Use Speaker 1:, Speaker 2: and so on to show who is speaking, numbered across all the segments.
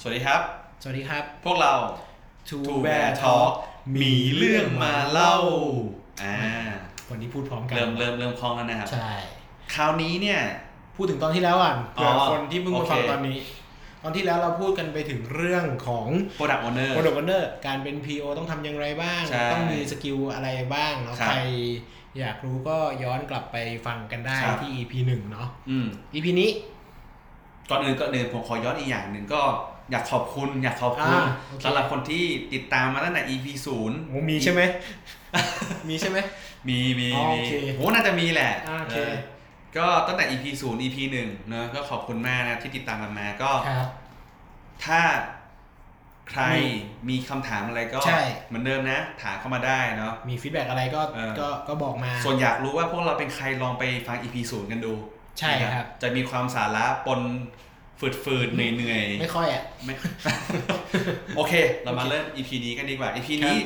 Speaker 1: สวัสดีครับ
Speaker 2: สวัสดีครับ
Speaker 1: พวกเรา
Speaker 2: To
Speaker 1: To Bear Talk มีเรื่องมาเล่า อ่า
Speaker 2: วันนี้พูดพร้อมกัน
Speaker 1: เริ่มเริ่มเริ่มคล่องแล้วนะครับ
Speaker 2: ใช่
Speaker 1: คราวนี้เนี่ย
Speaker 2: พูดถึงตอนที่แล้วอ่ะเผื่ออ
Speaker 1: อ
Speaker 2: คนที่เพิ่งมาฟัง
Speaker 1: โอเค
Speaker 2: ตอนนี้ ตอนที่แล้วเราพูดกันไปถึงเรื่องของ
Speaker 1: Product Owner
Speaker 2: Product Owner การเป็น PO ต้องทำอย่างไรบ้าง
Speaker 1: ใช่
Speaker 2: ต้องมีสกิลอะไรบ้างเนาะ
Speaker 1: ครับ
Speaker 2: ใครอยากรู้ก็ย้อนกลับไปฟังกันได้
Speaker 1: ครับ
Speaker 2: ที่ EP หนึ่งเนาะ
Speaker 1: อืม
Speaker 2: EP นี้
Speaker 1: ก่อนอื่นก่อนอื่นผมขอย้อนอีกอย่างหนึ่งก็อยากขอบคุณ อยากขอบคุณ
Speaker 2: อ่าโอเค
Speaker 1: สำหรับคนที่ติดตามมาตั้งแต่ EP ศูนย์
Speaker 2: โอ้มีใช่ไหม มีใช่ไหม
Speaker 1: มีมี
Speaker 2: อ๋อ
Speaker 1: มี
Speaker 2: โอเค
Speaker 1: โหน่าจะมีแหละ
Speaker 2: อ่าโอ
Speaker 1: เอ
Speaker 2: เค
Speaker 1: อก็ตั้งแต่ EP ศูนย์ EP หนึ่งเนอะก็ขอบคุณมากนะที่ติดตามกันมาก็
Speaker 2: ครับ
Speaker 1: ถ้าใคร
Speaker 2: มี
Speaker 1: มีคำถามอะไรก็
Speaker 2: ใช่
Speaker 1: เหมือนเดิมนะ ถามเข้ามาได้เนาะ
Speaker 2: มีฟีดแบ็อะไรก็
Speaker 1: เออ
Speaker 2: ก็ก็บอกมา
Speaker 1: ส่วนอยากรู้ว่าพวกเราเป็นใครลองไปฟัง EP ศูนย์กันดู
Speaker 2: ใช่ครับ
Speaker 1: จะมีความสาระปนฝืดๆ เหนื่อยๆ
Speaker 2: ไม่ค่อยอ่ะ
Speaker 1: ไม่ โอเค เรามาเริ่ม EP นี้กันดีกว่า EP
Speaker 2: ครับ
Speaker 1: นี้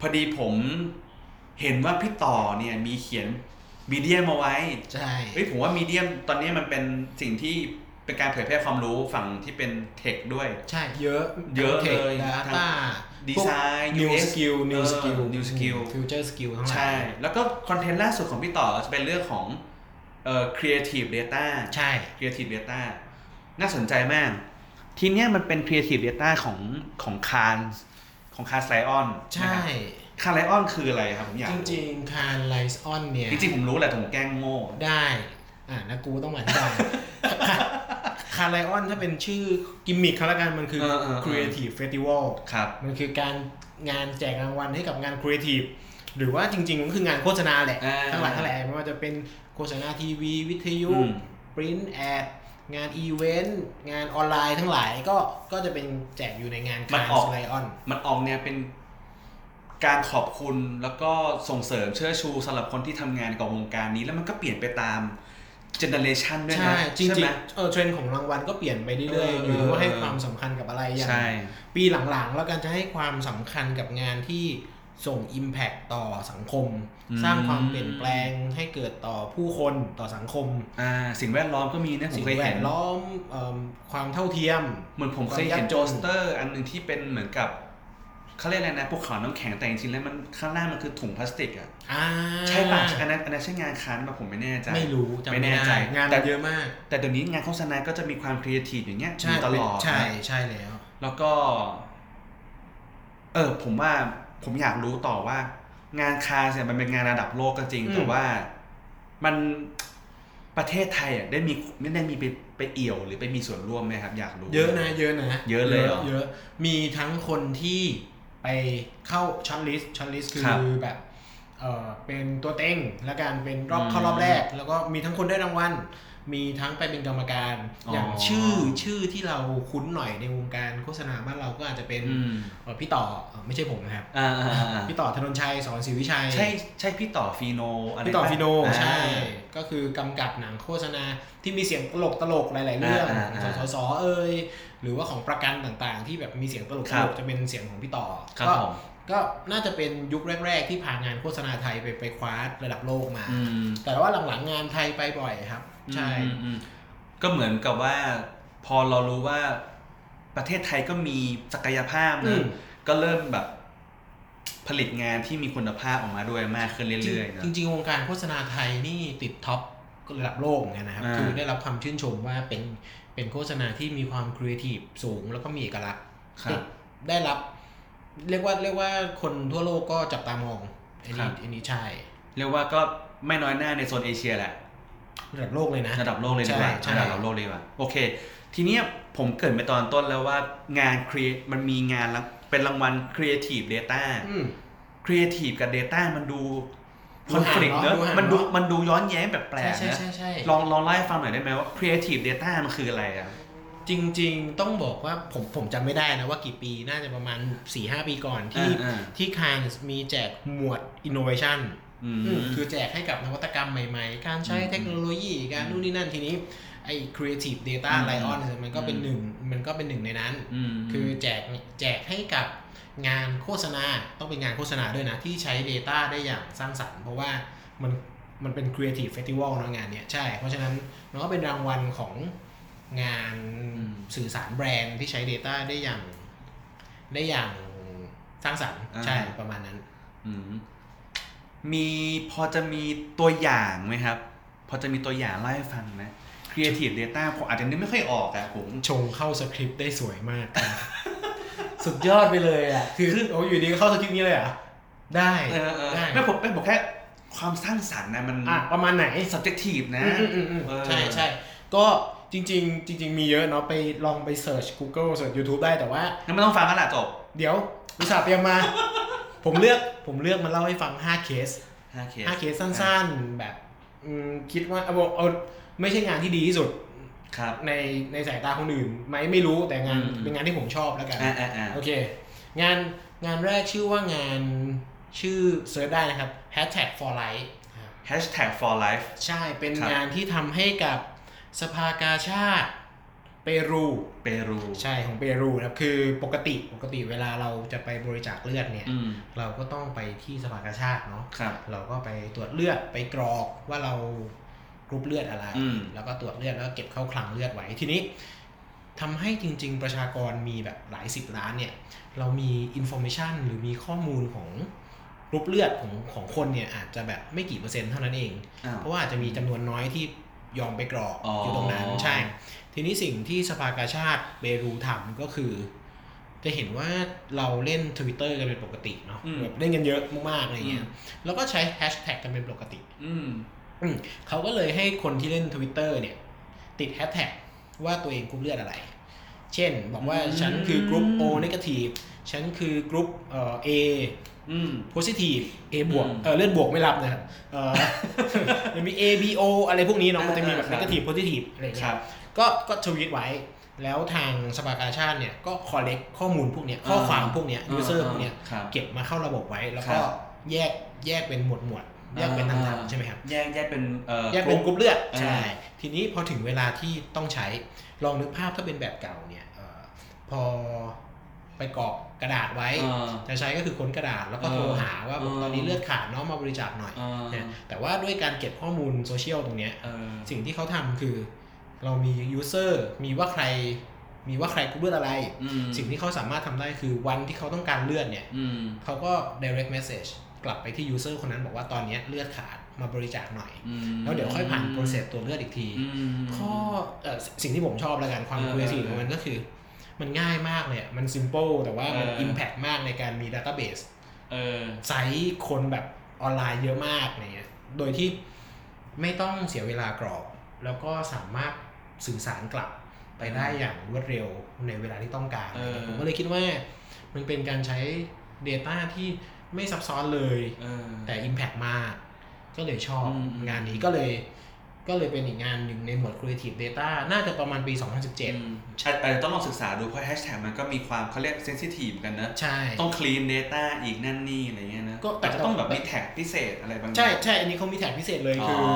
Speaker 1: พอดีผมเห็นว่าพี่ต่อเนี่ยมีเขียนมีเดียมเอาไว้
Speaker 2: ใช่
Speaker 1: เฮ้ยผมว่ามีเดียมตอนนี้มันเป็นสิ่งที่เป็นการเผยแพร่ความรู้ฝั่งที่เป็นเทคด้วย
Speaker 2: ใช่ เยอะ
Speaker 1: เยอะ
Speaker 2: ทั้ง tech
Speaker 1: เลย
Speaker 2: และ
Speaker 1: ทั้ง
Speaker 2: data
Speaker 1: ดีไซน์
Speaker 2: new
Speaker 1: UX
Speaker 2: skill
Speaker 1: เอ
Speaker 2: new
Speaker 1: อ
Speaker 2: skill
Speaker 1: new skill
Speaker 2: future skill ทั้งหลาย
Speaker 1: ใช่ แล้วก็คอนเทนต์ล่าสุดของพี่ต่อจะเป็นเรื่องของเอ่อ creative data
Speaker 2: ใช่
Speaker 1: Creative Data น่าสนใจมาก ทีเนี้ยมันเป็น Creative Data ของของคานของคานไลออน
Speaker 2: ใช่
Speaker 1: คานไลออนคืออะไรครับผมอยาก
Speaker 2: จริงๆคารไลซ์ออนเนี่ย
Speaker 1: จริงจริงๆผมรู้แหละแต่ผมแกล้งโง่
Speaker 2: ได้อ่านะกูต้องหวานใจ คารไลออนถ้าเป็นชื่อกิมมิคเขาละกันมันคือ
Speaker 1: เออเออเออ
Speaker 2: Creative Festival
Speaker 1: ครับ
Speaker 2: มันคือการงานแจกรางวัลให้กับงาน Creative หรือว่าจริง ๆ มันคืองานโฆษณาแหละ
Speaker 1: อ่า
Speaker 2: ทั้งหลายทั้งแหล่ไม่ว่าจะเป็นโฆษณาทีวี วิทยุ
Speaker 1: อืม
Speaker 2: ปริ้นแอด งานอีเวนต์ งานออนไลน์ทั้งหลายก็ก็จะเป็นแจกอยู่ในงาน
Speaker 1: มัน
Speaker 2: คาร
Speaker 1: ออก
Speaker 2: ไลออน
Speaker 1: มันออกเนี่ยเป็นการขอบคุณแล้วก็ส่งเสริมเชิดชูสำหรับคนที่ทำงานกับวงการนี้แล้วมันก็เปลี่ยนไปตามเจเนเรชันด้วย
Speaker 2: ใช่
Speaker 1: นะ
Speaker 2: จริง
Speaker 1: ใช่ไหม
Speaker 2: ๆเออเทรนด์ของรางวัลก็เปลี่ยนไปเรื่อย
Speaker 1: เอออ
Speaker 2: ๆอยู่ที่ว่าให้
Speaker 1: เออ
Speaker 2: ความสำคัญกับอะไรอย่าง
Speaker 1: ใช่
Speaker 2: ปีหลังๆ แล้วกันจะให้ความสำคัญกับงานที่ส่ง Impact ต่อสังคม
Speaker 1: อืม
Speaker 2: สร้างความเปลี่ยนแปลงให้เกิดต่อผู้คนต่อสังคม
Speaker 1: อ่าสิ่งแวดล้อมก็มีนะผม
Speaker 2: สิ่ง
Speaker 1: เคย
Speaker 2: แว
Speaker 1: เห็น
Speaker 2: ดล้อมเอิ่มความเท่าเทียม
Speaker 1: เหมือนผมเคย
Speaker 2: ความยาก
Speaker 1: เห็น
Speaker 2: จน
Speaker 1: โจสเตอร์ อันหนึ่งที่เป็นเหมือนกับเขาเรียกอะไรนะภูเขาน้ำแข็งแต่จริงๆแล้วมันข้างล่างมันคือถุงพลาสติกอ่ะ
Speaker 2: อ่า
Speaker 1: ใช่ป่ะอันนั้นอันนั้นใช่งานค้านป่ะผมไม่แน่ใจ
Speaker 2: ไม่รู้จำ
Speaker 1: ไม่
Speaker 2: ไม่
Speaker 1: แน่
Speaker 2: แน่
Speaker 1: ใจ
Speaker 2: ใจงาน
Speaker 1: แต่
Speaker 2: มันเยอะมาก
Speaker 1: แต่เดี๋ยวนี้งานโฆษณาก็จะมีความครีเอทีฟอย่างเงี้ย
Speaker 2: ใช่
Speaker 1: มีตลอด
Speaker 2: ใช่
Speaker 1: นะ
Speaker 2: ใช่แล้ว
Speaker 1: แล้วก็ เออ ผมว่าผมอยากรู้ต่อว่า งานคานเนี่ยมันเป็นงานระดับโลกก็จริง
Speaker 2: อืม
Speaker 1: แต่ว่ามันประเทศไทยอ่ะได้มีไม่ได้มีไปไปเอี่ยวหรือไปมีส่วนร่วมไหมครับ อยากรู้
Speaker 2: เยอะนะเยอะนะ
Speaker 1: เยอะเลยเหรอ
Speaker 2: เยอะมีทั้งคนที่ไปเข้าช็อตลิสต์ช็อตลิสต์คือ
Speaker 1: ครับ
Speaker 2: แบบเออเป็นตัวเต็งและการเป็นรอบ
Speaker 1: อืม
Speaker 2: เข้ารอบแรก แล้วก็มีทั้งคนได้รางวัลมีทั้งไปเป็นกรรมการ
Speaker 1: อ๋อ
Speaker 2: อ
Speaker 1: อ
Speaker 2: ย่างชื่อชื่อที่เราคุ้นหน่อยในวงการโฆษณาบ้านเราก็อาจจะเป็น
Speaker 1: อืม
Speaker 2: เอ่อพี่ต่อเอ่อไม่ใช่ผมนะครับ
Speaker 1: อ่าอ่าอ่า
Speaker 2: พี่ต่อธนนชัยสอนศรีวิชัย
Speaker 1: ใช่ใช่พี่ต่อฟีโนอะไร
Speaker 2: พี่ต่อ
Speaker 1: ปะ
Speaker 2: ฟิโน
Speaker 1: อ่า
Speaker 2: ใช่ ก็คือกำกับหนังโฆษณาที่มีเสียงตลกตลกๆหลาย ๆ เรื่อง
Speaker 1: อ่า
Speaker 2: ข
Speaker 1: อ่า
Speaker 2: องสสเอ่ยหรือว่าของประกันต่างๆ ที่แบบมีเสียงตลก
Speaker 1: ค
Speaker 2: ต
Speaker 1: รั
Speaker 2: ล
Speaker 1: บ
Speaker 2: กจะเป็นเสียงของพี่ต่อ
Speaker 1: ครับ
Speaker 2: ก็
Speaker 1: ผม
Speaker 2: ก็น่าจะเป็นยุคแรก ๆ ที่พางานโฆษณาไทยไปไปคว้าระดับโลกมา
Speaker 1: อืม
Speaker 2: แต่ว่าหลังๆงานไทยไปบ่อยครับ ใช่
Speaker 1: อืมอืมก็เหมือนกับว่า พอเรารู้ว่าประเทศไทยก็มีศักยภาพ
Speaker 2: อื
Speaker 1: นะ
Speaker 2: ม
Speaker 1: ก็เริ่มแบบผลิตงานที่มีคุณภาพออกมาด้วยมากขึ้นเรื่อยๆเนอะ
Speaker 2: จริงๆวงการโฆษณาไทยนี่ติดท็อประดับโลกเหมือนกันนะครับ
Speaker 1: อ่า
Speaker 2: คือได้รับความชื่นชมว่าเป็นเป็นโฆษณาที่มีความครีเอทีฟสูงแล้วก็มีเอกลักษณ์
Speaker 1: ครับ
Speaker 2: ได้รับ เรียกว่าเรียกว่าคนทั่วโลกก็จับตามองอัน
Speaker 1: ครั
Speaker 2: นี้
Speaker 1: บ
Speaker 2: อันนี้ใช่
Speaker 1: เรียกว่าก็ไม่น้อยหน้าในโซนเอเชียแหละ
Speaker 2: ระดับโลกเลยนะ
Speaker 1: ระดับโลกเลยดีกว่า
Speaker 2: ใช่ใช่
Speaker 1: ระดับโลกเลยดีกว่า โอเค ทีเนี้ยผมเกริดไปตอนต้นแล้วว่างานครีมันมีงานละเป็นรางวัล Creative Data
Speaker 2: อืม
Speaker 1: ครีเอทีฟกับ Data มันดู
Speaker 2: ดู
Speaker 1: คอนฟ lict
Speaker 2: ห่าง
Speaker 1: เน
Speaker 2: เน
Speaker 1: อะ
Speaker 2: อะดูห่าง
Speaker 1: มันดู
Speaker 2: เนอะ
Speaker 1: มันดูย้อนแย้งแบบแปล
Speaker 2: ใช่
Speaker 1: กๆนะ
Speaker 2: ใช่ใช่ใช่
Speaker 1: ลองลองเล่าให้ฟังหน่อยได้ไหมว่าครีเอทีฟ Data มันคืออะไรอ่ะ
Speaker 2: จริง ๆ ต้องบอกว่าผมผมจำไม่ได้นะว่ากี่ปีน่าจะประมาณ 4-5หปีก่อนที่
Speaker 1: อ่าๆ
Speaker 2: ที่คานมีแจกหมวด innovation
Speaker 1: อืม
Speaker 2: อืมคือแจกให้กับนวัตกรรมใหม่ ๆ การใช้
Speaker 1: อืม
Speaker 2: เทคโนโลยีการนู่นนี่นั่นทีนี้ ไอ้ Creative Data
Speaker 1: อืม
Speaker 2: Lion เนี่ยมันก็เป็นหนึ่งมันก็เป็นหนึ่งในนั้น
Speaker 1: ม
Speaker 2: คือแจกแจกให้กับงานโฆษณาต้องเป็นงานโฆษณาด้วยนะ ที่ใช้ Data ได้อย่างสร้างสรรค์ เพราะว่ามันมันเป็น Creative Festival เนอะงานเนี้ยใช่ เพราะฉะนั้นมันก็เป็นรางวัลของงานสื่อสารแบรนด์ที่ใช้ Data ได้อย่าง ได้อย่างสร้างสรรค์ใช่ประมาณนั้น
Speaker 1: อืมมีพอจะมีตัวอย่างไหมครับ พอจะมีตัวอย่างเล่าให้ฟังนะ Creative Data ผมอาจจะนึกไม่ค่อยออกอะผม
Speaker 2: ชงเข้าสคริปต์ได้สวยมาก สุดยอดไปเลยอ่ะ คือโอ้อยู่ดีก็เข้าสคริปต์นี้เลยอ่ะ ได้
Speaker 1: เออเออ
Speaker 2: ได้
Speaker 1: ไม่ผมไม่ผมแค่ความสร้างสรรค์นะมัน
Speaker 2: อ่ะประมาณไหน
Speaker 1: subjective นะ
Speaker 2: อืมอืมอืม
Speaker 1: เออ
Speaker 2: ใช่ใช่ก็จริง ๆ จริง ๆ มีเยอะเนาะไปลองไปเสิร์ช Google เสิร์ช YouTube ได้แต่ว่า
Speaker 1: งั้นไม่ต้องฟังกันละจบ
Speaker 2: เดี๋ยวอุตส่าห์เตรียมมา ผมเลือกผมเลือกมาเล่าให้ฟัง 5 เคส
Speaker 1: 5เคส
Speaker 2: 5 เคสสั้นๆ แบบอืมคิดว่าเอาเอาไม่ใช่งานที่ดีที่สุด
Speaker 1: ครับ
Speaker 2: ในในสายตาคนอื่นไหมไม่รู้แต่งาน
Speaker 1: อืม
Speaker 2: เป็นงานที่ผมชอบแล้วกัน
Speaker 1: อ่าอ่าอ่า
Speaker 2: โอเค งานงานแรกชื่อว่างานชื่อเซิร์ชได้นะครับ hashtag for life ครับ
Speaker 1: แฮชแท็ก for life
Speaker 2: ใช่เป็น
Speaker 1: ครับ
Speaker 2: งานที่ทำให้กับสภากาชาติเปรู
Speaker 1: เปรู
Speaker 2: ใช่ของเปรูนะครับ คือปกติปกติเวลาเราจะไปบริจาคเลือดเนี่ย
Speaker 1: อืม
Speaker 2: เราก็ต้องไปที่สภากาชาติเนาะ
Speaker 1: ครับ
Speaker 2: เราก็ไปตรวจเลือดไปกรอกว่าเรากรุ๊ปเลือดอะไร
Speaker 1: อืม
Speaker 2: แล้วก็ตรวจเลือดแล้วก็เก็บเข้าคลังเลือดไว้ทีนี้ทำให้จริง ๆ ประชากรมีแบบหลายสิบล้านเนี่ย เรามีอินโฟมชันหรือมีข้อมูลของกรุ๊ปเลือดของของคนเนี่ยอาจจะแบบไม่กี่เปอร์เซ็นต์เท่านั้นเอง
Speaker 1: อ้าว
Speaker 2: เพราะว่าอาจจะมีจำนวนน้อยที่ยอมไปกรอก
Speaker 1: อ๋ออ
Speaker 2: อยู่ตรงนั้นใช่ ทีนี้สิ่งที่สภากาชาติเบรูทำก็คือ จะเห็นว่าเราเล่น Twitter กันเป็นปกติเนาะ
Speaker 1: อืม
Speaker 2: แบบเล่นกันเยอะมากๆอะไรเงี้ยแล้วก็ใช้แฮชแท็กกันเป็นปกติ
Speaker 1: อืม
Speaker 2: อืมเขาก็เลยให้คนที่เล่น Twitter เนี่ย ติดแฮชแท็กว่าตัวเองกรุ๊ปเลือดอะไร เช่น บอกว่า
Speaker 1: อืม
Speaker 2: ฉันคือกรุ๊ป O น e g a t i v e ฉันคือกรุ๊ปเอ่อ A
Speaker 1: อืม
Speaker 2: positive A บวก
Speaker 1: อืม
Speaker 2: เออเลือดบวกไม่รับนะครับเอ อ มันมี A B O อะไรพวกนี้เนาะมันจะมีแบบ
Speaker 1: อ่าๆครับ
Speaker 2: negative positive อะไร
Speaker 1: ค
Speaker 2: เงี้
Speaker 1: รั
Speaker 2: ย
Speaker 1: บ
Speaker 2: ก็ก็ทวีตไว้ แล้วทางสภากาชาติเนี่ย ก็ collect ข้อมูลพวกเนี้ยข้อความพวกเนี้ย user พวกเนี้ย
Speaker 1: ครับ
Speaker 2: เก็บมาเข้าระบบไว้ แล้ว
Speaker 1: ค
Speaker 2: ก็
Speaker 1: รับ
Speaker 2: แยกแยกเป็นหมวดหมวดๆแยกเป็น
Speaker 1: อ่าๆ
Speaker 2: ต่างๆใช่ไหมครับ
Speaker 1: แยกแยกเป็นเอ่อ
Speaker 2: แยกเป็นกรุ๊ปเลือด
Speaker 1: อ่า
Speaker 2: ใช่ ทีนี้พอถึงเวลาที่ต้องใช้ลองนึกภาพถ้าเป็นแบบเก่าเนี่ยเออพอไปกรอกกระดาษไว้
Speaker 1: เอ่อ
Speaker 2: จะใช้ก็คือค้นกระดาษแล้วก็
Speaker 1: เออ
Speaker 2: โทรหาว่า
Speaker 1: เออ
Speaker 2: ตอนนี้เลือดขาดเนาะมาบริจาคหน่อย
Speaker 1: เอ่อ
Speaker 2: นะแต่ว่าด้วยการเก็บข้อมูลโซเชียลตรงเนี้ย
Speaker 1: เอ่อ
Speaker 2: สิ่งที่เขาทำคือ เรามียูเซอร์มีว่าใครมีว่าใครกรุ๊ปเลือดอะไร
Speaker 1: อืม
Speaker 2: สิ่งที่เขาสามารถทำได้คือวันที่เขาต้องการเลือดเนี่ย
Speaker 1: อืม
Speaker 2: เขาก็ direct message กลับไปที่ยูเซอร์คนนั้นบอกว่าตอนเนี้ยเลือดขาดมาบริจาคหน่อย
Speaker 1: อืม
Speaker 2: แล้วเดี๋ยวค่อยผ่านโปรเซสตัวเลือดอีกที
Speaker 1: อืม
Speaker 2: ข้อเอ่อสิ่งที่ผมชอบละกันความ
Speaker 1: เออ
Speaker 2: คุยสีของมันก็คือ มันง่ายมากเลยอะมัน simple แต่ว่ามัน
Speaker 1: เออ
Speaker 2: impact มากในการมี database
Speaker 1: เออ
Speaker 2: ไซส์คนแบบออนไลน์เยอะมากอะไรเงี้ย โดยที่ไม่ต้องเสียเวลากรอก แล้วก็สามารถสื่อสารกลับไปได้อย่างรวดเร็วในเวลาที่ต้องการ
Speaker 1: เออ
Speaker 2: ผมก็เลยคิดว่า มันเป็นการใช้ Data ที่ไม่ซับซ้อนเลย
Speaker 1: เออ
Speaker 2: แต่ Impact มาก ก็เลยชอบ
Speaker 1: อืมอืม
Speaker 2: งานนี้ก็เลย ก็เลยเป็นอีกงานหนึ่งในหมวด Creative Data น่าจะประมาณปี
Speaker 1: อืมอาจอาจจะต้องลองศึกษาดูเพราะแฮชแท็กมันก็มีความเขาเรียกเซนซิทีฟกันนะ
Speaker 2: 2017 ใช่
Speaker 1: ต้องคลีน Data อีกนั่นนี่อะไรเงี้ยนะ
Speaker 2: ก็แต่
Speaker 1: แต่จะต้องแบบมีแท็กพิเศษอะไรบางอย่าง
Speaker 2: ใช่ใช่อันนี้เขามีแท็กพิเศษเลยคืออ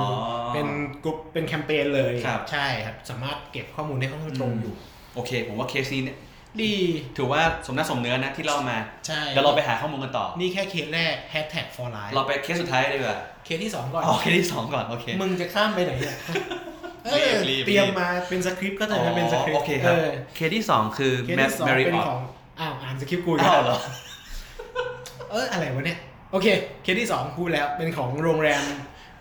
Speaker 2: เป็นกลุ่มเป็นแคมเปญเลย
Speaker 1: ครับ
Speaker 2: ใช่ครับ สามารถเก็บข้อมูลได้ค่อนข้างตรง
Speaker 1: อืม
Speaker 2: อยู่
Speaker 1: โอเค ผมว่าเคสนี้เนี่ย
Speaker 2: ดี
Speaker 1: ถือว่าสมน้าสมเนื้อนะที่เล่ามา
Speaker 2: ใช่
Speaker 1: เดี๋ยวเราไปหาข้อมูลกันต่อ
Speaker 2: นี่แค่เคสแรก Hashtag for life
Speaker 1: เราไปเคสสุดท้ายดีกว่า
Speaker 2: เคสที่ 2 ก่อน
Speaker 1: อ๋อเคสที่สองก่อน โอเค
Speaker 2: มึงจะข้ามไปไหนเนี่ยเออ
Speaker 1: รีบรีบ
Speaker 2: เตรียมมาเป็นสคริปต์ก็จะได้เป็นสคริป
Speaker 1: โอ
Speaker 2: ต์
Speaker 1: เคครับ
Speaker 2: เออ
Speaker 1: เคสที่สองคือ
Speaker 2: เคส
Speaker 1: Mad
Speaker 2: ที่สอง
Speaker 1: Mary
Speaker 2: เป็น
Speaker 1: Ott
Speaker 2: ของอ้าวอ่านสคริปต์กูอีก
Speaker 1: อ้า
Speaker 2: แล้ว ว
Speaker 1: เหรอ
Speaker 2: เอออะไรวะเนี่ย โอเค เคสที่สองพูดแล้วเป็นของโรงแรม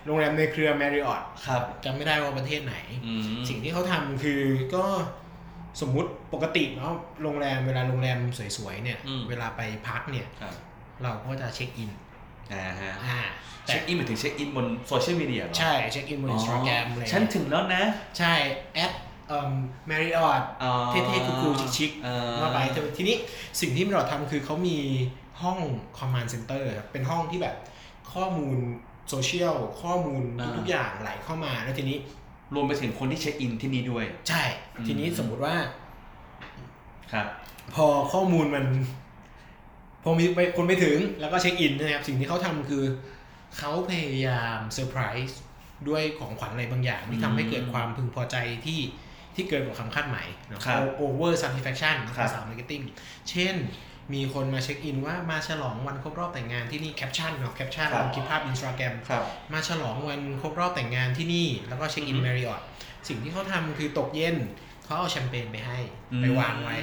Speaker 2: โรงแรมในเครือ Marriott
Speaker 1: ครับ
Speaker 2: จำไม่ได้ว่าประเทศไหน
Speaker 1: อืม
Speaker 2: สิ่งที่เขาทำคือก็สมมุติปกติเนาะโรงแรมเวลาโรงแรมสวยๆเนี่ย
Speaker 1: อืม
Speaker 2: เวลาไปพักเนี่ย
Speaker 1: ครับ
Speaker 2: เราก็จะเช็คอิน
Speaker 1: อ่าฮะ
Speaker 2: อ่าแต่
Speaker 1: เช็คอินหมายถึงเช็คอินบนโซเชียลมีเดียเหรอ
Speaker 2: ใช่เช็คอินบนอินสตาแกรมอะไร
Speaker 1: ฉัน
Speaker 2: เงี้ย
Speaker 1: ถึงแล้วนะ
Speaker 2: ใช่แอดเอ่อ Marriott
Speaker 1: อ๋อ
Speaker 2: เท่ๆคูลๆชิค
Speaker 1: เออ
Speaker 2: ว่าไปแต่ทีนี้สิ่งที่เราทำคือเขามีห้อง command center ครับเป็นห้องที่แบบข้อมูลโซเชียลข้อมูล
Speaker 1: อ่า
Speaker 2: ทุกๆอย่างไหลเข้ามาแล้วทีนี้
Speaker 1: รวมไปถึงคนที่เช็คอินที่นี่ด้วย
Speaker 2: ใช่
Speaker 1: อืม
Speaker 2: ทีนี้สมมุติว่า
Speaker 1: ครับ
Speaker 2: พอข้อมูลมัน พอมีไปคนไปถึงแล้วก็เช็คอินนะครับ สิ่งที่เขาทำคือ เขาพยายามเซอร์ไพรส์ ด้วยของขวัญอะไรบางอย่างที่ทำให้
Speaker 1: อืม
Speaker 2: เกิดความพึงพอใจที่ที่เกินกว่าคำคาดหมายเนาะ
Speaker 1: ครับ
Speaker 2: over satisfaction
Speaker 1: ครับ
Speaker 2: ภาษามาร์เก็ตติ้งเช่น มีคนมาเช็คอินว่ามาฉลองวันครบรอบแต่งงานที่นี่แคปชั่นเนาะแคปชั่น
Speaker 1: ครับ
Speaker 2: คลิปภาพอินสตาแกรม
Speaker 1: ครับ
Speaker 2: มาฉลองวันครบรอบแต่งงานที่นี่แล้วก็เช็คอิ
Speaker 1: อื
Speaker 2: น
Speaker 1: อฮึ
Speaker 2: แมริออทสิ่งที่เขาทำคือตกเย็นเขาเอาแชมเปญไปให้
Speaker 1: อืม
Speaker 2: ไปวางไว้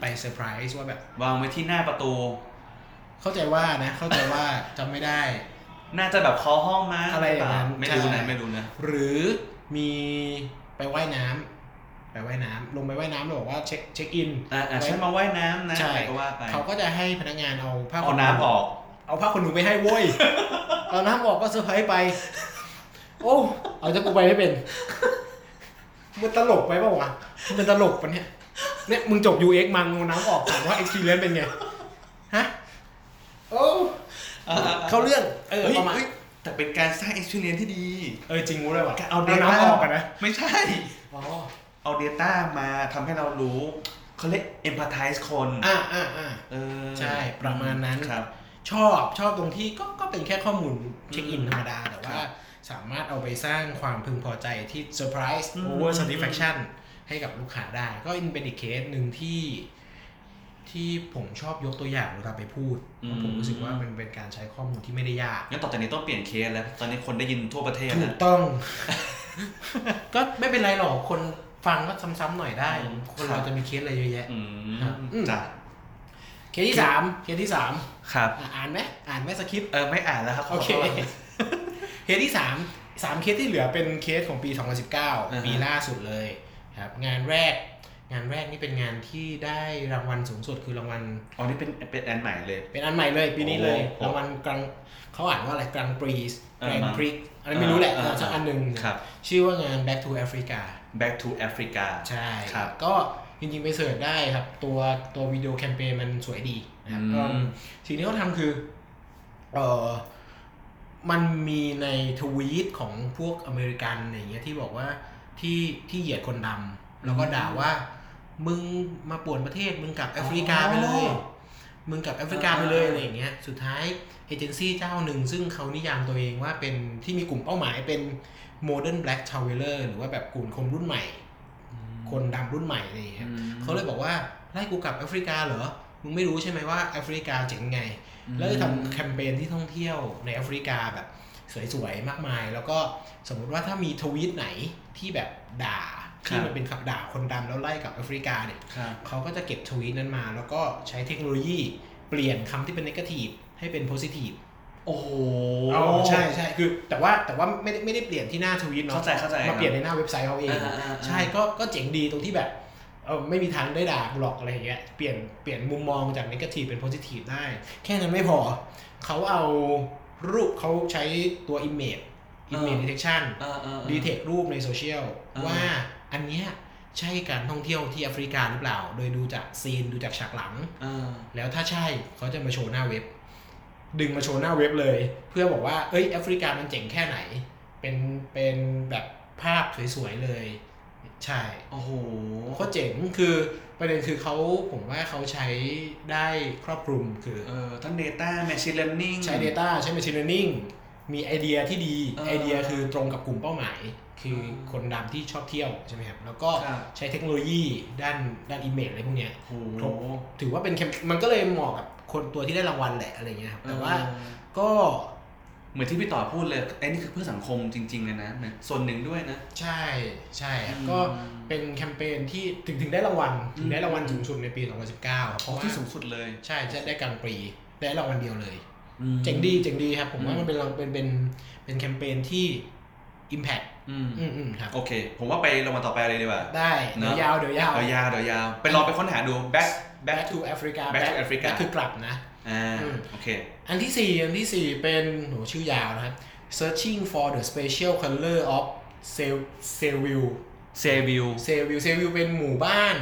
Speaker 2: ไปเซอร์ไพรส์ว่าแบบ
Speaker 1: วางไว้ที่หน้าประตู
Speaker 2: เข้าใจว่านะ เข้าใจว่าจำไม่ได้
Speaker 1: น่าจะแบบเคอห้องมั้ง
Speaker 2: อะไรอย่างนั้น
Speaker 1: ไม่รู้
Speaker 2: ใช่
Speaker 1: นะไม่รู้นะ
Speaker 2: หรือมีไปว่ายน้ำไปว่ายน้ำลงไปว่ายน้ำแล้วบอกว่าเช็คเช็คอิน
Speaker 1: อ่าอ่าฉันมาว่ายน้ำนะ
Speaker 2: ใช่
Speaker 1: อะไรก็ว่าไป
Speaker 2: เขาก็จะให้พนักงานเอาผ้า
Speaker 1: เอาน้ำออก
Speaker 2: เอาผ้าขนหนูไปให้โว้ย เอาน้ำออกก็เซอร์ไพรส์ไป โอ้เอาจะกูไปไม่เป็น มันตลกไปเปล่าวะมันตลกปะเนี่ยเนี่ยมึงจบ UX มังงน้ำออกถามว่า experience เป็นไงฮะโอ้เขาเรื่องเออ
Speaker 1: เฮ้ย
Speaker 2: ประมาณ
Speaker 1: เฮ้ยแต่เป็นการสร้าง experience ที่ดี
Speaker 2: เออจริงรู้เลยว่ะ
Speaker 1: การเอา
Speaker 2: น้ำ
Speaker 1: data
Speaker 2: ออกกันนะ
Speaker 1: ไม่ใช่
Speaker 2: อ๋อ
Speaker 1: เอา data มาทำให้เรารู้เขาเรียก empathize คน
Speaker 2: อ่าอ่าอ่า
Speaker 1: เออ
Speaker 2: ใช่ประมาณนั้น
Speaker 1: ครับ
Speaker 2: ชอบชอบตรงที่ก็ก็เป็นแค่ข้อมูลเช็คอินธรรมดา แต่ว่า
Speaker 1: ครับ
Speaker 2: สามารถเอาไปสร้างความพึงพอใจที่เซอร์ไพรส์
Speaker 1: อืม
Speaker 2: โอเวอร์สั i ติ c t i o n ให้กับลูกค้าได้ ก็เป็นอีกเคสหนึ่งที่ ที่ผมชอบยกตัวอย่างเวลาไปพูดเพราะผมรู้สึกว่ามันเป็นการใช้ข้อมูลที่ไม่ได้ยาก
Speaker 1: งั้นต่อจากนี้ต้องเปลี่ยนเคสแล้ว ตอนนี้คนได้ยินทั่วประเทศ
Speaker 2: ถู
Speaker 1: แล้
Speaker 2: ก
Speaker 1: ว
Speaker 2: ต้อง ก็ไม่เป็นไรหรอกคนฟังก็ซ้ำๆหน่อยได้
Speaker 1: อืม
Speaker 2: คนเราจะมีเคสอะไรเยอะแยะ
Speaker 1: อืม
Speaker 2: ครับอืม
Speaker 1: จ้ะ
Speaker 2: เคสที่สามเคสที่สาม
Speaker 1: ครับ
Speaker 2: อ่ะอ่านไหมอ่านไหมสคริปต์
Speaker 1: เออไม่อ่านแล้วครับ
Speaker 2: โอเค
Speaker 1: ขโทษ
Speaker 2: เคสที่สามสามเคสที่เหลือเป็นเคสของปี
Speaker 1: ฮะ
Speaker 2: 2019 ปีล่าสุดเลยครับงานแรก งานแรกนี่เป็นงานที่ได้รางวัลสูงสุดคือรางวัล
Speaker 1: อ๋อนี่เป็นเป็นอันใหม่เลย
Speaker 2: เป็นอันใหม่เลยปีนี้เลย
Speaker 1: โอ้โห
Speaker 2: รางวัลกลางเขาอ่านว่าอะไรกลางปรีส
Speaker 1: เออ
Speaker 2: แกรน
Speaker 1: มา
Speaker 2: พริกอันนี้นไม่รู้แหละ
Speaker 1: เออเออ
Speaker 2: สักอันหนึ่ง
Speaker 1: ครับ
Speaker 2: ชื่อว่างาน back to Africa
Speaker 1: back to Africa
Speaker 2: ใช่
Speaker 1: ครับ
Speaker 2: ก็จริงๆไปเสิร์ชได้ครับตัวตัววิดีโอแคมเปญมันสวยดีนะครับ
Speaker 1: อืม
Speaker 2: ก็สิ่งที่เขาทำคือเออมันมีในทวีตของพวกอเมริกันอย่างเงี้ยที่บอกว่าที่ที่เหยียดคนดำแล้วก็ด่าว่า มึงมาป่วนประเทศมึงกลับแอฟริกาไปเลย มึงกลับแอฟริกาไปเลยอะไรอย่างเงี้ยสุดท้ายเอเจนซี่เจ้าหนึ่ง ซึ่งเขานิยามตัวเองว่าเป็นที่มีกลุ่มเป้าหมายเป็น modern black traveler หรือว่าแบบกลุ่มคนรุ่นใหม่ คนดำรุ่นใหม่อะไรอย่างเงี้ย
Speaker 1: อืม
Speaker 2: เขาเลยบอกว่าไล่กูกลับแอฟริกาเหรอ มึงไม่รู้ใช่ไหมว่าแอฟริกาเจ๋งไง แล้วก็ทำแคมเปญที่ท่องเที่ยวในแอฟริกาแบบสวยๆ มากมาย แล้วก็สมมุติว่าถ้ามีทวีตไหนที่แบบด่า
Speaker 1: ครับ
Speaker 2: ที่มันเป็นขับด่าคนดำแล้วไล่กลับแอฟริกาเนี่ย
Speaker 1: ครับ
Speaker 2: เขาก็จะเก็บทวีตนั้นมา แล้วก็ใช้เทคโนโลยีเปลี่ยนคำที่เป็นนกาทีฟให้เป็นโพซิทีฟ
Speaker 1: โอ้โห
Speaker 2: ใช่ใช่คือแต่ว่าแต่ว่าไม่ได้ไม่ได้เปลี่ยนที่หน้าทวีตเนาะ
Speaker 1: เข้าใจเข้าใจ
Speaker 2: มาเปลี่ยน
Speaker 1: ค
Speaker 2: ใน
Speaker 1: รับ
Speaker 2: หน้าเว็บไซต์เขาเอง
Speaker 1: อ่าอ่าอ่า
Speaker 2: ใช่ก็ก็เจ๋งดีตรงที่แบบเออไม่มีทางได้ด่ากูหรอกอะไรอย่างเงี้ยเปลี่ยนเปลี่ยนมุมมองจากน a t i v e เป็น positive ได้ แค่นั้นไม่พอ เขาเอารูปเขาใช้ตัว image
Speaker 1: เอ
Speaker 2: image
Speaker 1: อ
Speaker 2: detection
Speaker 1: อ่าอ่าอ่า
Speaker 2: detect รูปในโซเชียล
Speaker 1: อ่า
Speaker 2: ว่าอันเนี้ยใช่การท่องเที่ยวที่แอฟริกาหรือเปล่า โดยดูจากซีนดูจากฉากหลัง
Speaker 1: อ่า
Speaker 2: แล้วถ้าใช่เขาจะมาโชว์หน้าเว็บ ดึงมาโชว์หน้าเว็บเลย เพื่อบอกว่าเอ้ยแอฟริกามันเจ๋งแค่ไหน เป็นเป็นแบบภาพสวยๆเลย ใช่
Speaker 1: โอ้โห
Speaker 2: ผมก็เจ๋งคือประเด็นคือเขาผมว่าเขาใช้ได้ครอบคลุมคือ
Speaker 1: เออทั้ง Data Machine Learning
Speaker 2: ใช้ Data ใช้ Machine Learning มีไอเดียที่ดี
Speaker 1: เออ
Speaker 2: ไอเดียคือตรงกับกลุ่มเป้าหมาย คืออ
Speaker 1: ม
Speaker 2: คนดำที่ชอบเที่ยวใช่ไหมครับแล้วก็
Speaker 1: ครับ
Speaker 2: ใช้เทคโนโลยีด้านด้านอิมเมจอะไรพวกเนี้ย
Speaker 1: โอ้โห
Speaker 2: ครบ ถือว่าเป็นแคมมันก็เลยเหมาะกับคนตัวที่ได้รางวัลแหละอะไรเงี้ยครับแต่ว่า
Speaker 1: เออ
Speaker 2: ก็
Speaker 1: เหมือนที่พี่ต่อพูดเลยไอ้นี่คือเพื่อสังคมจริงๆเลยนะนะ ส่วนหนึ่งด้วยนะ
Speaker 2: ใช่ใช่ครับ
Speaker 1: อืม
Speaker 2: ก็เป็นแคมเปญที่ถึงถึงได้รางวัล
Speaker 1: อืม
Speaker 2: ถึงได้รางวัลสูงสุดในปี 2019เพ
Speaker 1: โอ้
Speaker 2: ราะว่า
Speaker 1: ที่สูงสุดเลย
Speaker 2: ใช่จะได้กลางปีได้รางวัลเดียวเลย
Speaker 1: อืม
Speaker 2: เจ๋งดีเจ๋งดีครับ ผมว่า
Speaker 1: อืม
Speaker 2: มันเป็นรางเป็นเป็นเป็นแคมเปญที่ Impact
Speaker 1: อืม
Speaker 2: อืมอืมครับ
Speaker 1: โอเค ผมว่าไปลงมาต่อไปเลยดีกว่า
Speaker 2: ได้
Speaker 1: เน
Speaker 2: เดี๋ย
Speaker 1: อะ
Speaker 2: วยาวเดี๋ยวยาว
Speaker 1: เดี๋ยวยาวเดี๋ยวยาว ไปลองไปค้นหาดู back back
Speaker 2: Back to Africa
Speaker 1: Back to Africa
Speaker 2: Back คือกลับนะ
Speaker 1: อ่า
Speaker 2: อืม
Speaker 1: โอเค
Speaker 2: อันที่สี่อันที่สี่เป็นโหชื่อยาวนะครับ searching for the special color of s e l s e l v i l l
Speaker 1: เซวิว
Speaker 2: s e l v i l l s e l v i l l เป็นหมู่บ้าน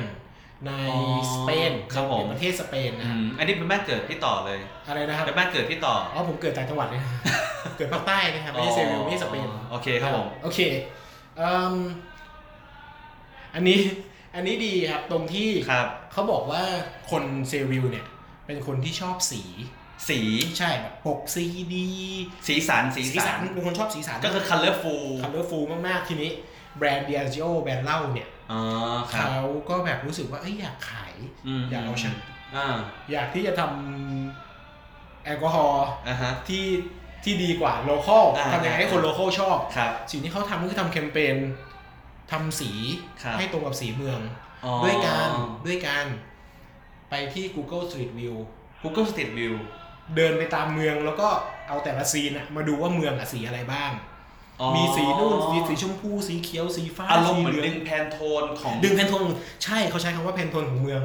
Speaker 2: ใน
Speaker 1: อ๋อ
Speaker 2: สเปน
Speaker 1: ครับผม
Speaker 2: ในประเทศสเปน
Speaker 1: อื
Speaker 2: นะครับ
Speaker 1: มอันนี้เป็นบ้านเกิดพี่ต่อเลย
Speaker 2: อะไรนะครับ
Speaker 1: เป็นบ้านเกิดพี่ต่อ
Speaker 2: อ๋อผมเกิดต่างจังหวัดนะ เกิดภาคใต้นะครับไม่ใช่เซลวิลไม่ใช่สเปน
Speaker 1: โอเคครับผม
Speaker 2: โอเคเอิ่มอันนี้อันนี้ดีครับตรงที่
Speaker 1: ครับ
Speaker 2: เขาบอกว่าคนเซลวิลเนี่ยเป็นคนที่ชอบสี
Speaker 1: สี
Speaker 2: ใช่แบบปกซีดี
Speaker 1: สีสันสี
Speaker 2: สี
Speaker 1: สั
Speaker 2: สัน
Speaker 1: น
Speaker 2: เป็นคนชอบสีสัน
Speaker 1: ก็คือ colorful
Speaker 2: คัลเลอร์ฟูมากๆ ทีนี้แบรนด์เดียร์จิโอแบรนด์เหล้าเนี่ย
Speaker 1: อ๋อครับ
Speaker 2: เขาก็แบบรู้สึกว่าเอ้ยอยากขาย
Speaker 1: ม
Speaker 2: อยากเอาชนะ
Speaker 1: อ่า
Speaker 2: อยากที่จะทำแอลกอฮอล์
Speaker 1: อ่าฮะ
Speaker 2: ที่ที่ดีกว่าโลคอล
Speaker 1: อ่า
Speaker 2: ทำยังไงให้คนโลคอลชอบ
Speaker 1: ครับ
Speaker 2: สิ่งที่เขาทำก็คือทำแคมเปญทำสี
Speaker 1: ครับ
Speaker 2: ให้ตรงกับสีเมือง
Speaker 1: อ๋อ
Speaker 2: ด้วยการด้วยการไปที่ Google Street View
Speaker 1: Google Street View
Speaker 2: เดินไปตามเมืองแล้วก็เอาแต่ละซีนอะมาดูว่าเมืองอะสีอะไรบ้าง
Speaker 1: อ๋อ
Speaker 2: มีสีนู่นสีสีชมพูสีเขียวสีฟ้า
Speaker 1: อารมณ์เหมื
Speaker 2: สี
Speaker 1: อน
Speaker 2: ลื
Speaker 1: ดึงแพนโทนของ
Speaker 2: ดึงแพนโทนใช่เขาใช้คำว่าแพนโทนของเมือง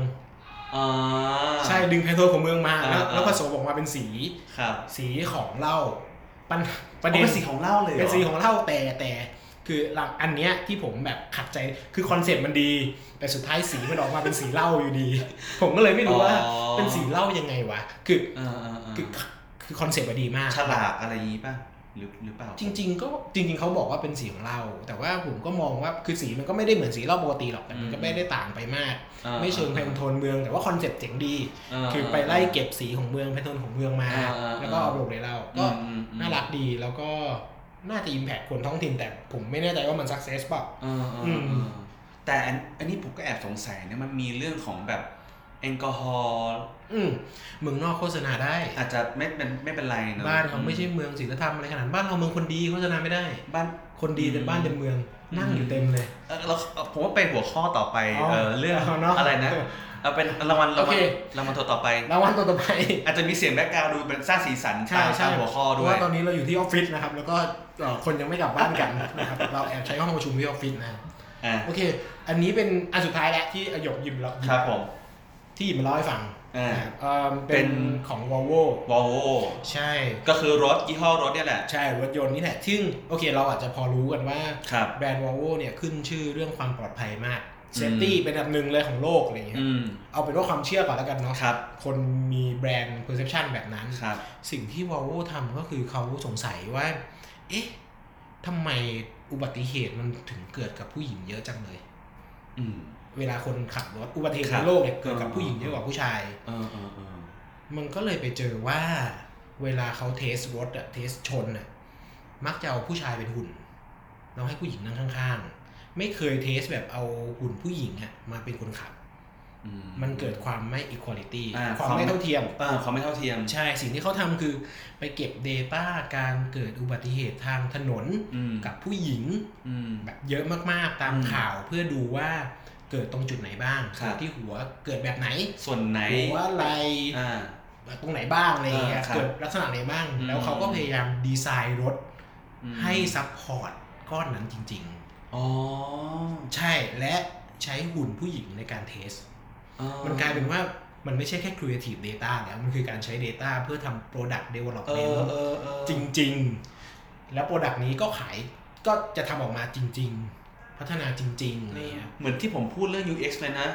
Speaker 1: อ่า
Speaker 2: ใช่ดึงแพนโทนของเมืองมา
Speaker 1: อ่า
Speaker 2: แล้ว
Speaker 1: อ่า
Speaker 2: แล้วผสมออกมาเป็นสี
Speaker 1: ครับ
Speaker 2: สีของเหล้าปัญป
Speaker 1: อ๋อ
Speaker 2: ระเด็น
Speaker 1: เป็นสีของเหล้าเลยหร
Speaker 2: เป็นสีของเหล้าแต่แต่คือหลังอันเนี้ยที่ผมแบบขัดใจคือคอนเซ็ปต์มันดี แต่สุดท้ายสีมันออกมาเป็นสีเหล้าอยู่ดี ผมก็เลยไม่รู้ว่า
Speaker 1: อ๋อ
Speaker 2: เป็นสีเหล้ายังไงวะ คือ
Speaker 1: อ่าอ่าอ่า
Speaker 2: คือคือคอนเซ็ปต์มันดีมาก
Speaker 1: ฉลากอะไรอย่างงี้ป่ะหรือหรือเปล่า
Speaker 2: จริง ๆ ก็จริง ๆเขาบอกว่าเป็นสีของเรา แต่ว่าผมก็มองว่าคือสีมันก็ไม่ได้เหมือนสีเหล้าปกติหรอกแต่มันก็ไม่ได้ต่างไปมาก
Speaker 1: อ่า
Speaker 2: ไม่เชิงแพนโทนเมืองแต่ว่าคอนเซ็ปต์เจ๋งดี
Speaker 1: า
Speaker 2: คือไปไล่เก็บสีของเมืองแพนโทนของเมืองมา
Speaker 1: อ่าอ่า
Speaker 2: แล้วก็เอาลงในเหล้าก็
Speaker 1: อืมอืมอืม
Speaker 2: น่ารักดีแล้วก็น่าจะอิมแพคคนท้องถิ่นแต่ผมไม่แน่ใจว่ามันสักเซสป่ะ
Speaker 1: อ่าอ่า
Speaker 2: อืม
Speaker 1: อ่าแต่อันอันนี้ผมก็แอบสงสัยนะมันมีเรื่องของแบบแอลกอฮอล์
Speaker 2: อืมเมืองนอกโฆษณาได้
Speaker 1: อาจจะไม่เป็นไม่เป็นไรเนอะ
Speaker 2: บ้านเขาไม่ใช่เมืองศีลธรรมอะไรขนาดนั้นบ้านเราเมืองคนดีโฆษณาไม่ได้
Speaker 1: บ้าน
Speaker 2: คนดีแต่บ้านเต็มเมืองนั่งอยู่เต็มเลย
Speaker 1: เออเราผมว่าไปหัวข้อต่อไป
Speaker 2: อ๋อ
Speaker 1: เออเรื่อง
Speaker 2: เอาเนอะ
Speaker 1: อะไรนะเอาเป็นรางวัลรางวั
Speaker 2: โอเค
Speaker 1: ลรางวัลตัวต่อไป
Speaker 2: รางวัลตัวต่อไป
Speaker 1: อาจจะมีเสียงแบ็กกราวด์ดูเป็นสร้างสีสัน
Speaker 2: ใช่
Speaker 1: ตาม
Speaker 2: ใช่
Speaker 1: ตามหัวข้อ
Speaker 2: เพ
Speaker 1: ด้
Speaker 2: ราะ
Speaker 1: วย
Speaker 2: ว่าตอนนี้เราอยู่ที่ออฟฟิศนะครับ แล้วก็เอ่อคนยังไม่กลับบ้านกันนะครับ เราแอบใช้ห้องประชุมที่ออฟฟิศนะ
Speaker 1: อ่า
Speaker 2: โอเค อันนี้เป็นอันสุดท้ายแล้วที่อหยกหยิมเรา
Speaker 1: ครับผม
Speaker 2: ที่หยิมมาเล่าให้ฟัง
Speaker 1: อ่า
Speaker 2: นะครับเอิ่ม
Speaker 1: เป็
Speaker 2: เป็น
Speaker 1: น
Speaker 2: ของ v o l v o
Speaker 1: วอลโว
Speaker 2: ใช่
Speaker 1: ก็คือรถยี่ห้อรถเนี่ยแหละ
Speaker 2: ใช่รถยนต์นี่แหละ ซึ่งโอเคเราอาจจะพอรู้กันว่า
Speaker 1: ครับ
Speaker 2: แบรนด์ v o l v o เนี่ยขึ้นชื่อเรื่องความปลอดภัยมาก
Speaker 1: อืม
Speaker 2: เซฟตี้เป็นอันดับหนึ่งเลยของโลกอะไรอย่างเงี้ย
Speaker 1: อืม
Speaker 2: เอาเป็นว่าความเชื่อก่อนแล้วกันเนาะ
Speaker 1: ครับ
Speaker 2: คนมีแบรนด์ perception แบบนั้น
Speaker 1: ครับ
Speaker 2: สิ่งที่วอลโวทำก็คือเขาสงสัยว่า เอ๊ะทำไมอุบัติเหตุมันถึงเกิดกับผู้หญิงเยอะจังเลย
Speaker 1: อืม
Speaker 2: เวลาคนขับรถอุบัติเหตุ
Speaker 1: ครั
Speaker 2: ใน
Speaker 1: บ
Speaker 2: โลกเนี่ยเกิดกับผู้หญิงเยอะกว่าผู้ชาย
Speaker 1: เออเออเออ
Speaker 2: มันก็เลยไปเจอว่า เวลาเขาเทสรถอะเทสชนอะมักจะเอาผู้ชายเป็นหุ่นแล้วให้ผู้หญิงนั่งข้างๆ ไม่เคยเทสแบบเอาหุ่นผู้หญิงอะมาเป็นคนขับ
Speaker 1: อื
Speaker 2: มันเกิดความไม่อีควอลิตี้
Speaker 1: อ่า
Speaker 2: ความ
Speaker 1: ความ
Speaker 2: ไม่เท่าเทียม
Speaker 1: เออความไม่เท่าเทียม
Speaker 2: ใช่ สิ่งที่เขาทำคือไปเก็บ Data การเกิดอุบัติเหตุทางถนน
Speaker 1: อืม
Speaker 2: กับผู้หญิง
Speaker 1: อืม
Speaker 2: แบบเยอะมากๆตาม
Speaker 1: อืม
Speaker 2: ข่าวเพื่อดูว่าเกิดตรงจุดไหนบ้าง
Speaker 1: ครับ
Speaker 2: เกิดที่หัวเกิดแบบไหน
Speaker 1: ส่วนไหน
Speaker 2: หัวไหล
Speaker 1: อ่า
Speaker 2: ตรงไหนบ้างอะไรอย่างเงี้ย
Speaker 1: เออครับ
Speaker 2: เกิดลักษณะไหนบ้าง
Speaker 1: อืม
Speaker 2: แล้วเขาก็พยายามดีไซน์รถ
Speaker 1: อืม
Speaker 2: ให้ซัพพอร์ตก้อนนั้นจริง
Speaker 1: อ๋อ
Speaker 2: ๆ ใช่และใช้หุ่นผู้หญิงในการเทส
Speaker 1: อ๋อ
Speaker 2: มันกลายเป็นว่ามันไม่ใช่แค่ Creative Data แล้วมันคือการใช้ Data เพื่อทำ Product
Speaker 1: เอ
Speaker 2: Development
Speaker 1: อเออเออ
Speaker 2: จริงๆ แล้วโปรดักต์นี้ก็ขายก็จะทำออกมาจริง ๆ พัฒนาจริงๆอะไรอย่างเงี้ย
Speaker 1: เหมือนที่ผมพูดเรื่อง UX เลยนะ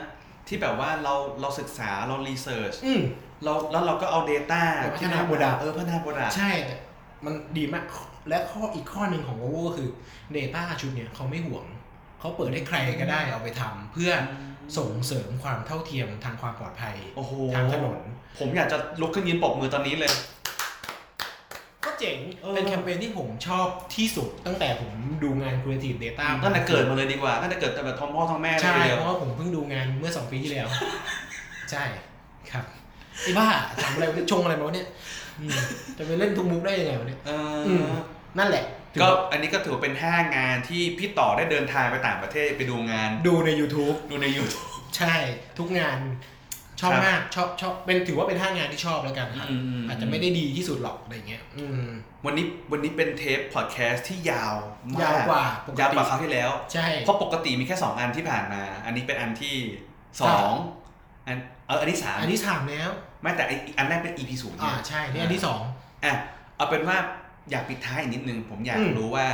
Speaker 1: ที่แบบว่าเราเราศึกษาเรา research
Speaker 2: อืม
Speaker 1: เราแล้วเราก็เอา Data
Speaker 2: ไปพัฒนา product
Speaker 1: เออพัฒนาโปรดัก
Speaker 2: ใช่แต่มันดีมาก และข้ออีกข้อหนึ่งของ v o v o ก็คือ Data ชุดเนี่ยเขาไม่ห่วง เขาเปิดให้ใครก็ได้เอาไปทำเพื่อส่งเสริมความเท่าเทียมทางความปลอดภัย
Speaker 1: โอ้โห
Speaker 2: ทางถนน
Speaker 1: ผมอยากจะลุกขึ้นยืนปรบมือตอนนี้เลย
Speaker 2: ก็เจ๋ง
Speaker 1: เออ
Speaker 2: เป็นแคมเปญที่ผมชอบที่สุดตั้งแต่ผมดูงาน Creative Data
Speaker 1: ตั้งแต่เกิดมาเลยดีกว่าตั้งแต่เกิดแต่แบบท้องพ่อท้องแม่เลย
Speaker 2: ใช่
Speaker 1: ทีเดียว
Speaker 2: เพราะว่าผมเพิ่งดูงานเมื่อสองปีที่แล้ว ใช่ครับไอ้บ้าถามอะไรวะเนี่ยชงอะไรมาวะเนี่ยอืมจะไปเล่นทุกมุกได้ยังไงวะเนี่ย
Speaker 1: เออ
Speaker 2: อืมนั่นแหละ
Speaker 1: ก็อันนี้ก็ถือว่าเป็น 5 งานที่พี่ต่อได้เดินทางไปต่างประเทศไปดูงาน
Speaker 2: ดูใน YouTube
Speaker 1: ดูใน YouTube
Speaker 2: ใช่ทุกงานชอบมากชอบชอบเป็นถือว่าเป็นห้างานที่ชอบแล้วกันครับ
Speaker 1: อืม
Speaker 2: อาจจะไม่ได้ดีที่สุดหรอกอะไรเงี้ยอืม
Speaker 1: วันนี้วันนี้เป็นเทปพอดแคสต์ที่ยาวม
Speaker 2: ยาวกว่าปก
Speaker 1: ยาว
Speaker 2: ติ
Speaker 1: กว่าคราวที่แล้ว
Speaker 2: ใช่
Speaker 1: เพราะปกติมีแค่สองอันที่ผ่านมา อันนี้เป็นอันที่สองอันเอออันที่สาม
Speaker 2: อันที่สามแล้ว
Speaker 1: ไม่แต่อีกอันแรกเป็น EP ศูนย์
Speaker 2: อ่า
Speaker 1: เนี่ย
Speaker 2: ใช่เนี่ยอันที่สอง
Speaker 1: อ่ะเอาเป็นว่าอยากปิดท้ายอีกนิดนึง ผมอยาก
Speaker 2: อืม
Speaker 1: รู้ว่า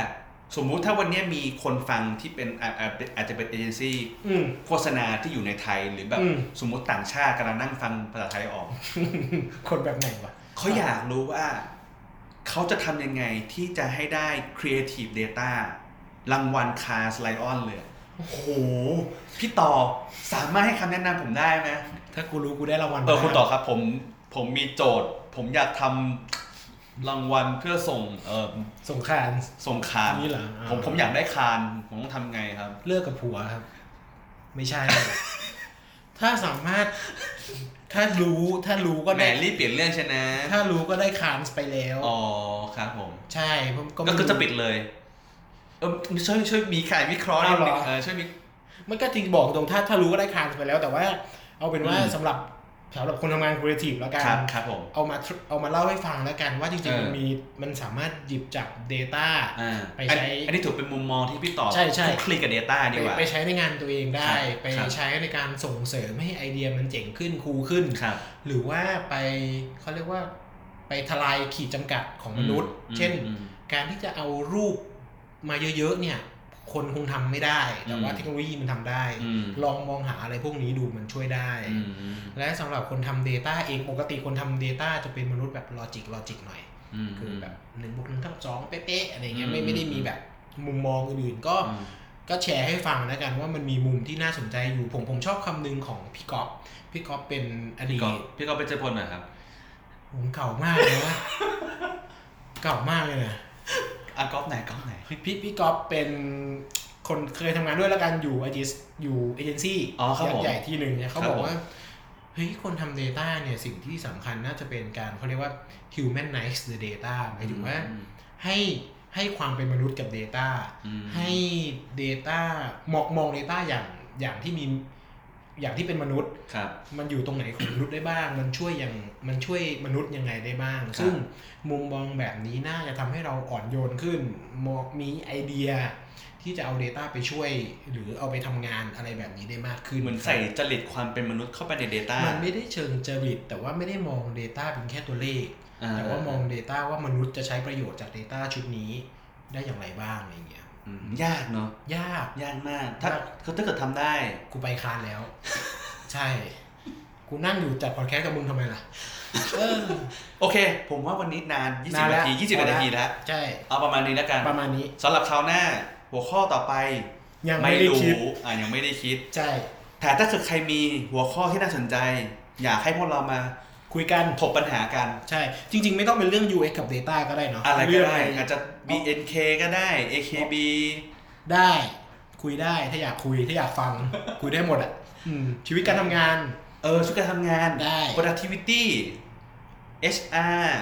Speaker 1: สมมุติถ้าวันเนี้ยมีคนฟังที่เป็นอาอาอาจจะเป็นเอเจนซี่
Speaker 2: อืม
Speaker 1: โฆษณาที่อยู่ในไทย หรือแบบ
Speaker 2: อืม
Speaker 1: สมมุติต่างชาติกำลังนั่งฟังภาษาไทยออก
Speaker 2: คนแบบไหนวะ
Speaker 1: เขาอยากรู้ว่า เขาจะทำยังไงที่จะให้ได้ Creative Data รางวัลคาสไลออนเลย โอ้โห พี่ต่อสามารถให้คำแนะนำผมได้ไหม
Speaker 2: ถ้ากูรู้กูได้รางวัล
Speaker 1: เออคุณต่อ
Speaker 2: มา
Speaker 1: ครับผมผมมีโจทย์ ผมอยากทำรางวัลเพื่อส่งเอ่อ
Speaker 2: สงคราม
Speaker 1: ส่งคาน
Speaker 2: นี่เหรออ่า
Speaker 1: ผมผมอยากได้คานผมต้องทำไงครับ
Speaker 2: เลิกกับผัวครับ ไม่ใช่ ถ้าสามารถ ถ้ารู้ถ้ารู้ก็
Speaker 1: แหม
Speaker 2: ได้
Speaker 1: รีบเปลี่ยนเรื่องใช่นะ
Speaker 2: ถ้ารู้ก็ได้คานส์ไปแล้ว
Speaker 1: อ๋อครับผม
Speaker 2: ใช่ผมก็
Speaker 1: ก็
Speaker 2: ไม่
Speaker 1: ก็
Speaker 2: รู้
Speaker 1: จะปิดเลย เออช่วยช่วยมีขายวิเคราะห์นิดนึง
Speaker 2: เอาเหรอ
Speaker 1: เออช่วยมี
Speaker 2: มันก็จริงบอกตรงถ้าถ้ารู้ก็ได้คานส์ไปแล้ว แต่ว่า เอาเป็นว่า
Speaker 1: อืม
Speaker 2: สำหรับสำหรับคนทำงานครีเอทีฟแล้วกัน
Speaker 1: ครับครับผม
Speaker 2: เอามาเอามาเล่าให้ฟังแล้วกันว่าจริง
Speaker 1: เออ
Speaker 2: ๆมันมีมันสามารถหยิบจาก Data
Speaker 1: อ่า
Speaker 2: ไปใช้
Speaker 1: อันอันนี้ถือเป็นมุมมองที่พี่ตอบ
Speaker 2: ใช่ใช่
Speaker 1: คลิกกับ Data ดีกว่า
Speaker 2: ไปใช้ในงานตัวเอง
Speaker 1: ค
Speaker 2: ได้
Speaker 1: รับ
Speaker 2: ไป
Speaker 1: ครับ
Speaker 2: ใช้ในการส่งเสริมให้ไอเดียมันเจ๋งขึ้นคูลขึ้น
Speaker 1: ครับ
Speaker 2: หรือว่าไปเขาเรียกว่าไปทลายขีดจำกัดของมนุษย์
Speaker 1: อืม
Speaker 2: เช่น
Speaker 1: อืม
Speaker 2: การที่จะเอารูปมาเยอะๆเนี่ย คนคงทำไม่ได้ แต่ว่า
Speaker 1: อืม
Speaker 2: เทคโนโลยีมันทำได้
Speaker 1: อืม
Speaker 2: ลองมองหาอะไรพวกนี้ดูมันช่วยได้
Speaker 1: อืม
Speaker 2: และสำหรับคนทำ Data เองปกติคนทำ Data จะเป็นมนุษย์แบบลอจิกลอจิกหน่อย
Speaker 1: อืม
Speaker 2: คือแบบหนึ่งบวกหนึ่งเท่ากับสองเป๊ะๆอะไรเงี้ยไม่
Speaker 1: อืม
Speaker 2: ไม่ได้มีแบบมุมมองอื่นๆก็
Speaker 1: อืม
Speaker 2: ก็แชร์ให้ฟังแล้วกันว่ามันมีมุมที่น่าสนใจอยู่ผมผมชอบคำหนึงของพี่ก๊อฟพี่ก๊อฟเป็นอดี
Speaker 1: พี่
Speaker 2: ต
Speaker 1: ก็พี่ก็ไปเจอพลหน่อยครับ
Speaker 2: ผมเก่ามากเลยนะ เก่ามากเลยนะ
Speaker 1: อ่ะก๊อฟไหนก๊อฟไหน
Speaker 2: พี่พี่พี่ก๊อฟเป็นคนเคยทำงานด้วยแล้วกันอยู่เอเจอยู่เอเจนซี่
Speaker 1: อ๋อครับ
Speaker 2: ยัก
Speaker 1: ผม
Speaker 2: ษ์ใหญ่ที่หนึ่งเนี่ยเขา
Speaker 1: ครับ
Speaker 2: บอ
Speaker 1: ผ
Speaker 2: ก
Speaker 1: ม
Speaker 2: ว่าเฮ้ยคนทำ Data เนี่ยสิ่งที่สำคัญน่าจะเป็นการเขาเรียกว่า humanize the data หมายถึงว่า ให้ให้ความเป็นมนุษย์กับ Data
Speaker 1: อืม
Speaker 2: ให้ Data มองมอง Data อย่างอย่างที่มีอย่างที่เป็นมนุษย์
Speaker 1: ครับ
Speaker 2: มันอยู่ตรงไหนของมนุษย์ได้บ้าง มันช่วยอย่างมันช่วยมนุษย์ยังไงได้บ้าง ซึ่งมุมมองแบบนี้น่าจะทำให้เราอ่อนโยนขึ้นมองมีไอเดีย ที่จะเอา Data ไปช่วย หรือเอาไปทำงานอะไรแบบนี้ได้มากขึ้น
Speaker 1: เหมือนใส่จริตความเป็นมนุษย์เข้าไปใน Data
Speaker 2: มันไม่ได้เชิงจริตแต่ว่าไม่ได้มอง Data เป็นแค่ตัวเลข แต่ว่ามอง Data ว่ามนุษย์จะใช้ประโยชน์จาก Data ชุดนี้ได้อย่างไรบ้างอะไรอย่างเงี้ย
Speaker 1: อืมยากเนาะ
Speaker 2: ยาก
Speaker 1: ยากมาก ถ้าคือถ้าเกิดทำได้
Speaker 2: กูไปคานแล้ว ใช่ กูนั่งอยู่จัดพอดแคสต์กับมึงทำไมล่ะ เออ
Speaker 1: โอเค ผมว่าวันนี้นาน
Speaker 2: นาน
Speaker 1: 20
Speaker 2: แล้
Speaker 1: นาว ที 20
Speaker 2: พอแล้ว
Speaker 1: นาทีแล้ว
Speaker 2: ใช่
Speaker 1: เอาประมาณนี้แล้วกัน
Speaker 2: ประมาณนี้
Speaker 1: สำหรับคราวหน้า หัวข้อต่อไป
Speaker 2: ยังไม่ได้คิด
Speaker 1: อ่ะยังไม่ได้คิด
Speaker 2: ใช่
Speaker 1: แต่ถ้าเกิดใครมีหัวข้อที่น่าสนใจ อยากให้พวกเรามา
Speaker 2: คุยกัน
Speaker 1: ถกปัญหากัน
Speaker 2: ใช่ จริง ๆ ไม่ต้องเป็นเรื่อง UX กับ Data ก็ได้เนาะ
Speaker 1: อะไร
Speaker 2: เรื่
Speaker 1: ก็
Speaker 2: อง
Speaker 1: ได้
Speaker 2: อะไร
Speaker 1: อาจจะ BNK ก็ได้ AKB
Speaker 2: ได้ คุยได้ถ้าอยากคุยถ้าอยากฟัง คุยได้หมดอ่ะอืมชีวิตการทำงาน
Speaker 1: เออช่วยกันทำงาน
Speaker 2: ได้
Speaker 1: productivity HR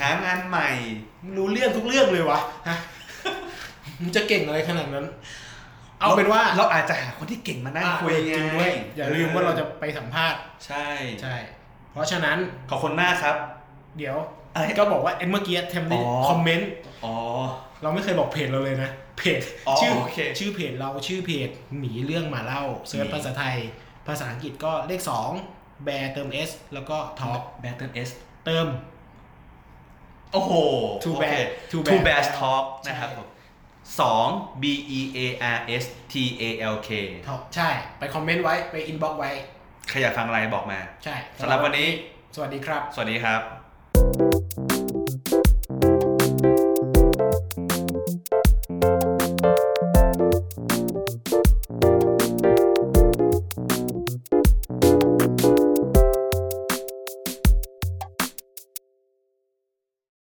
Speaker 1: หางานใหม่
Speaker 2: มึงรู้เรื่องทุกเรื่องเลยวะฮะมึงจะเก่งอะไรขนาดนั้น เอาเป็นว่า
Speaker 1: เราอาจจะหาคนที่เก่งมานั่ง
Speaker 2: อ่ะ
Speaker 1: คุยไง
Speaker 2: จริงด้วยอย่าลืมว่าเราจะไปสัมภาษณ์
Speaker 1: ใช่
Speaker 2: ใช่เพราะฉะนั้น
Speaker 1: ขอบคุณมากครับ
Speaker 2: เดี๋ยว
Speaker 1: อะไร
Speaker 2: ก็บอกว่าเอ็นเมื่อกี้เทมใน
Speaker 1: อ๋อ
Speaker 2: คอมเมนต์
Speaker 1: อ๋อ
Speaker 2: เราไม่เคยบอกเพจเราเลยนะเพจ
Speaker 1: อ๋อ
Speaker 2: ชื่อ
Speaker 1: โอเค
Speaker 2: ชื่อเพจเราชื่อเพจหนีเรื่องมาเล่าเซิร์ช
Speaker 1: หนี
Speaker 2: ภาษาไทย ภาษาอังกฤษก็เลข 2 แบร์เติม S แล้วก็ท็อป
Speaker 1: แบทเทิลเอส
Speaker 2: เติม
Speaker 1: โอ้โห
Speaker 2: Two
Speaker 1: โอ
Speaker 2: Bear
Speaker 1: เค
Speaker 2: Two
Speaker 1: two
Speaker 2: Bear
Speaker 1: bears talk
Speaker 2: ใช่
Speaker 1: นะครับผมสอง B E A R S T A L K
Speaker 2: ท็อปใช่ ไปคอมเมนต์ไว้ไปอินบ็อกซ์ไว้
Speaker 1: ใครอยากฟังอะไรบอกมา
Speaker 2: ใช่
Speaker 1: สำหรับวันนี้
Speaker 2: สวัสดีครับ
Speaker 1: สวัสดีครับ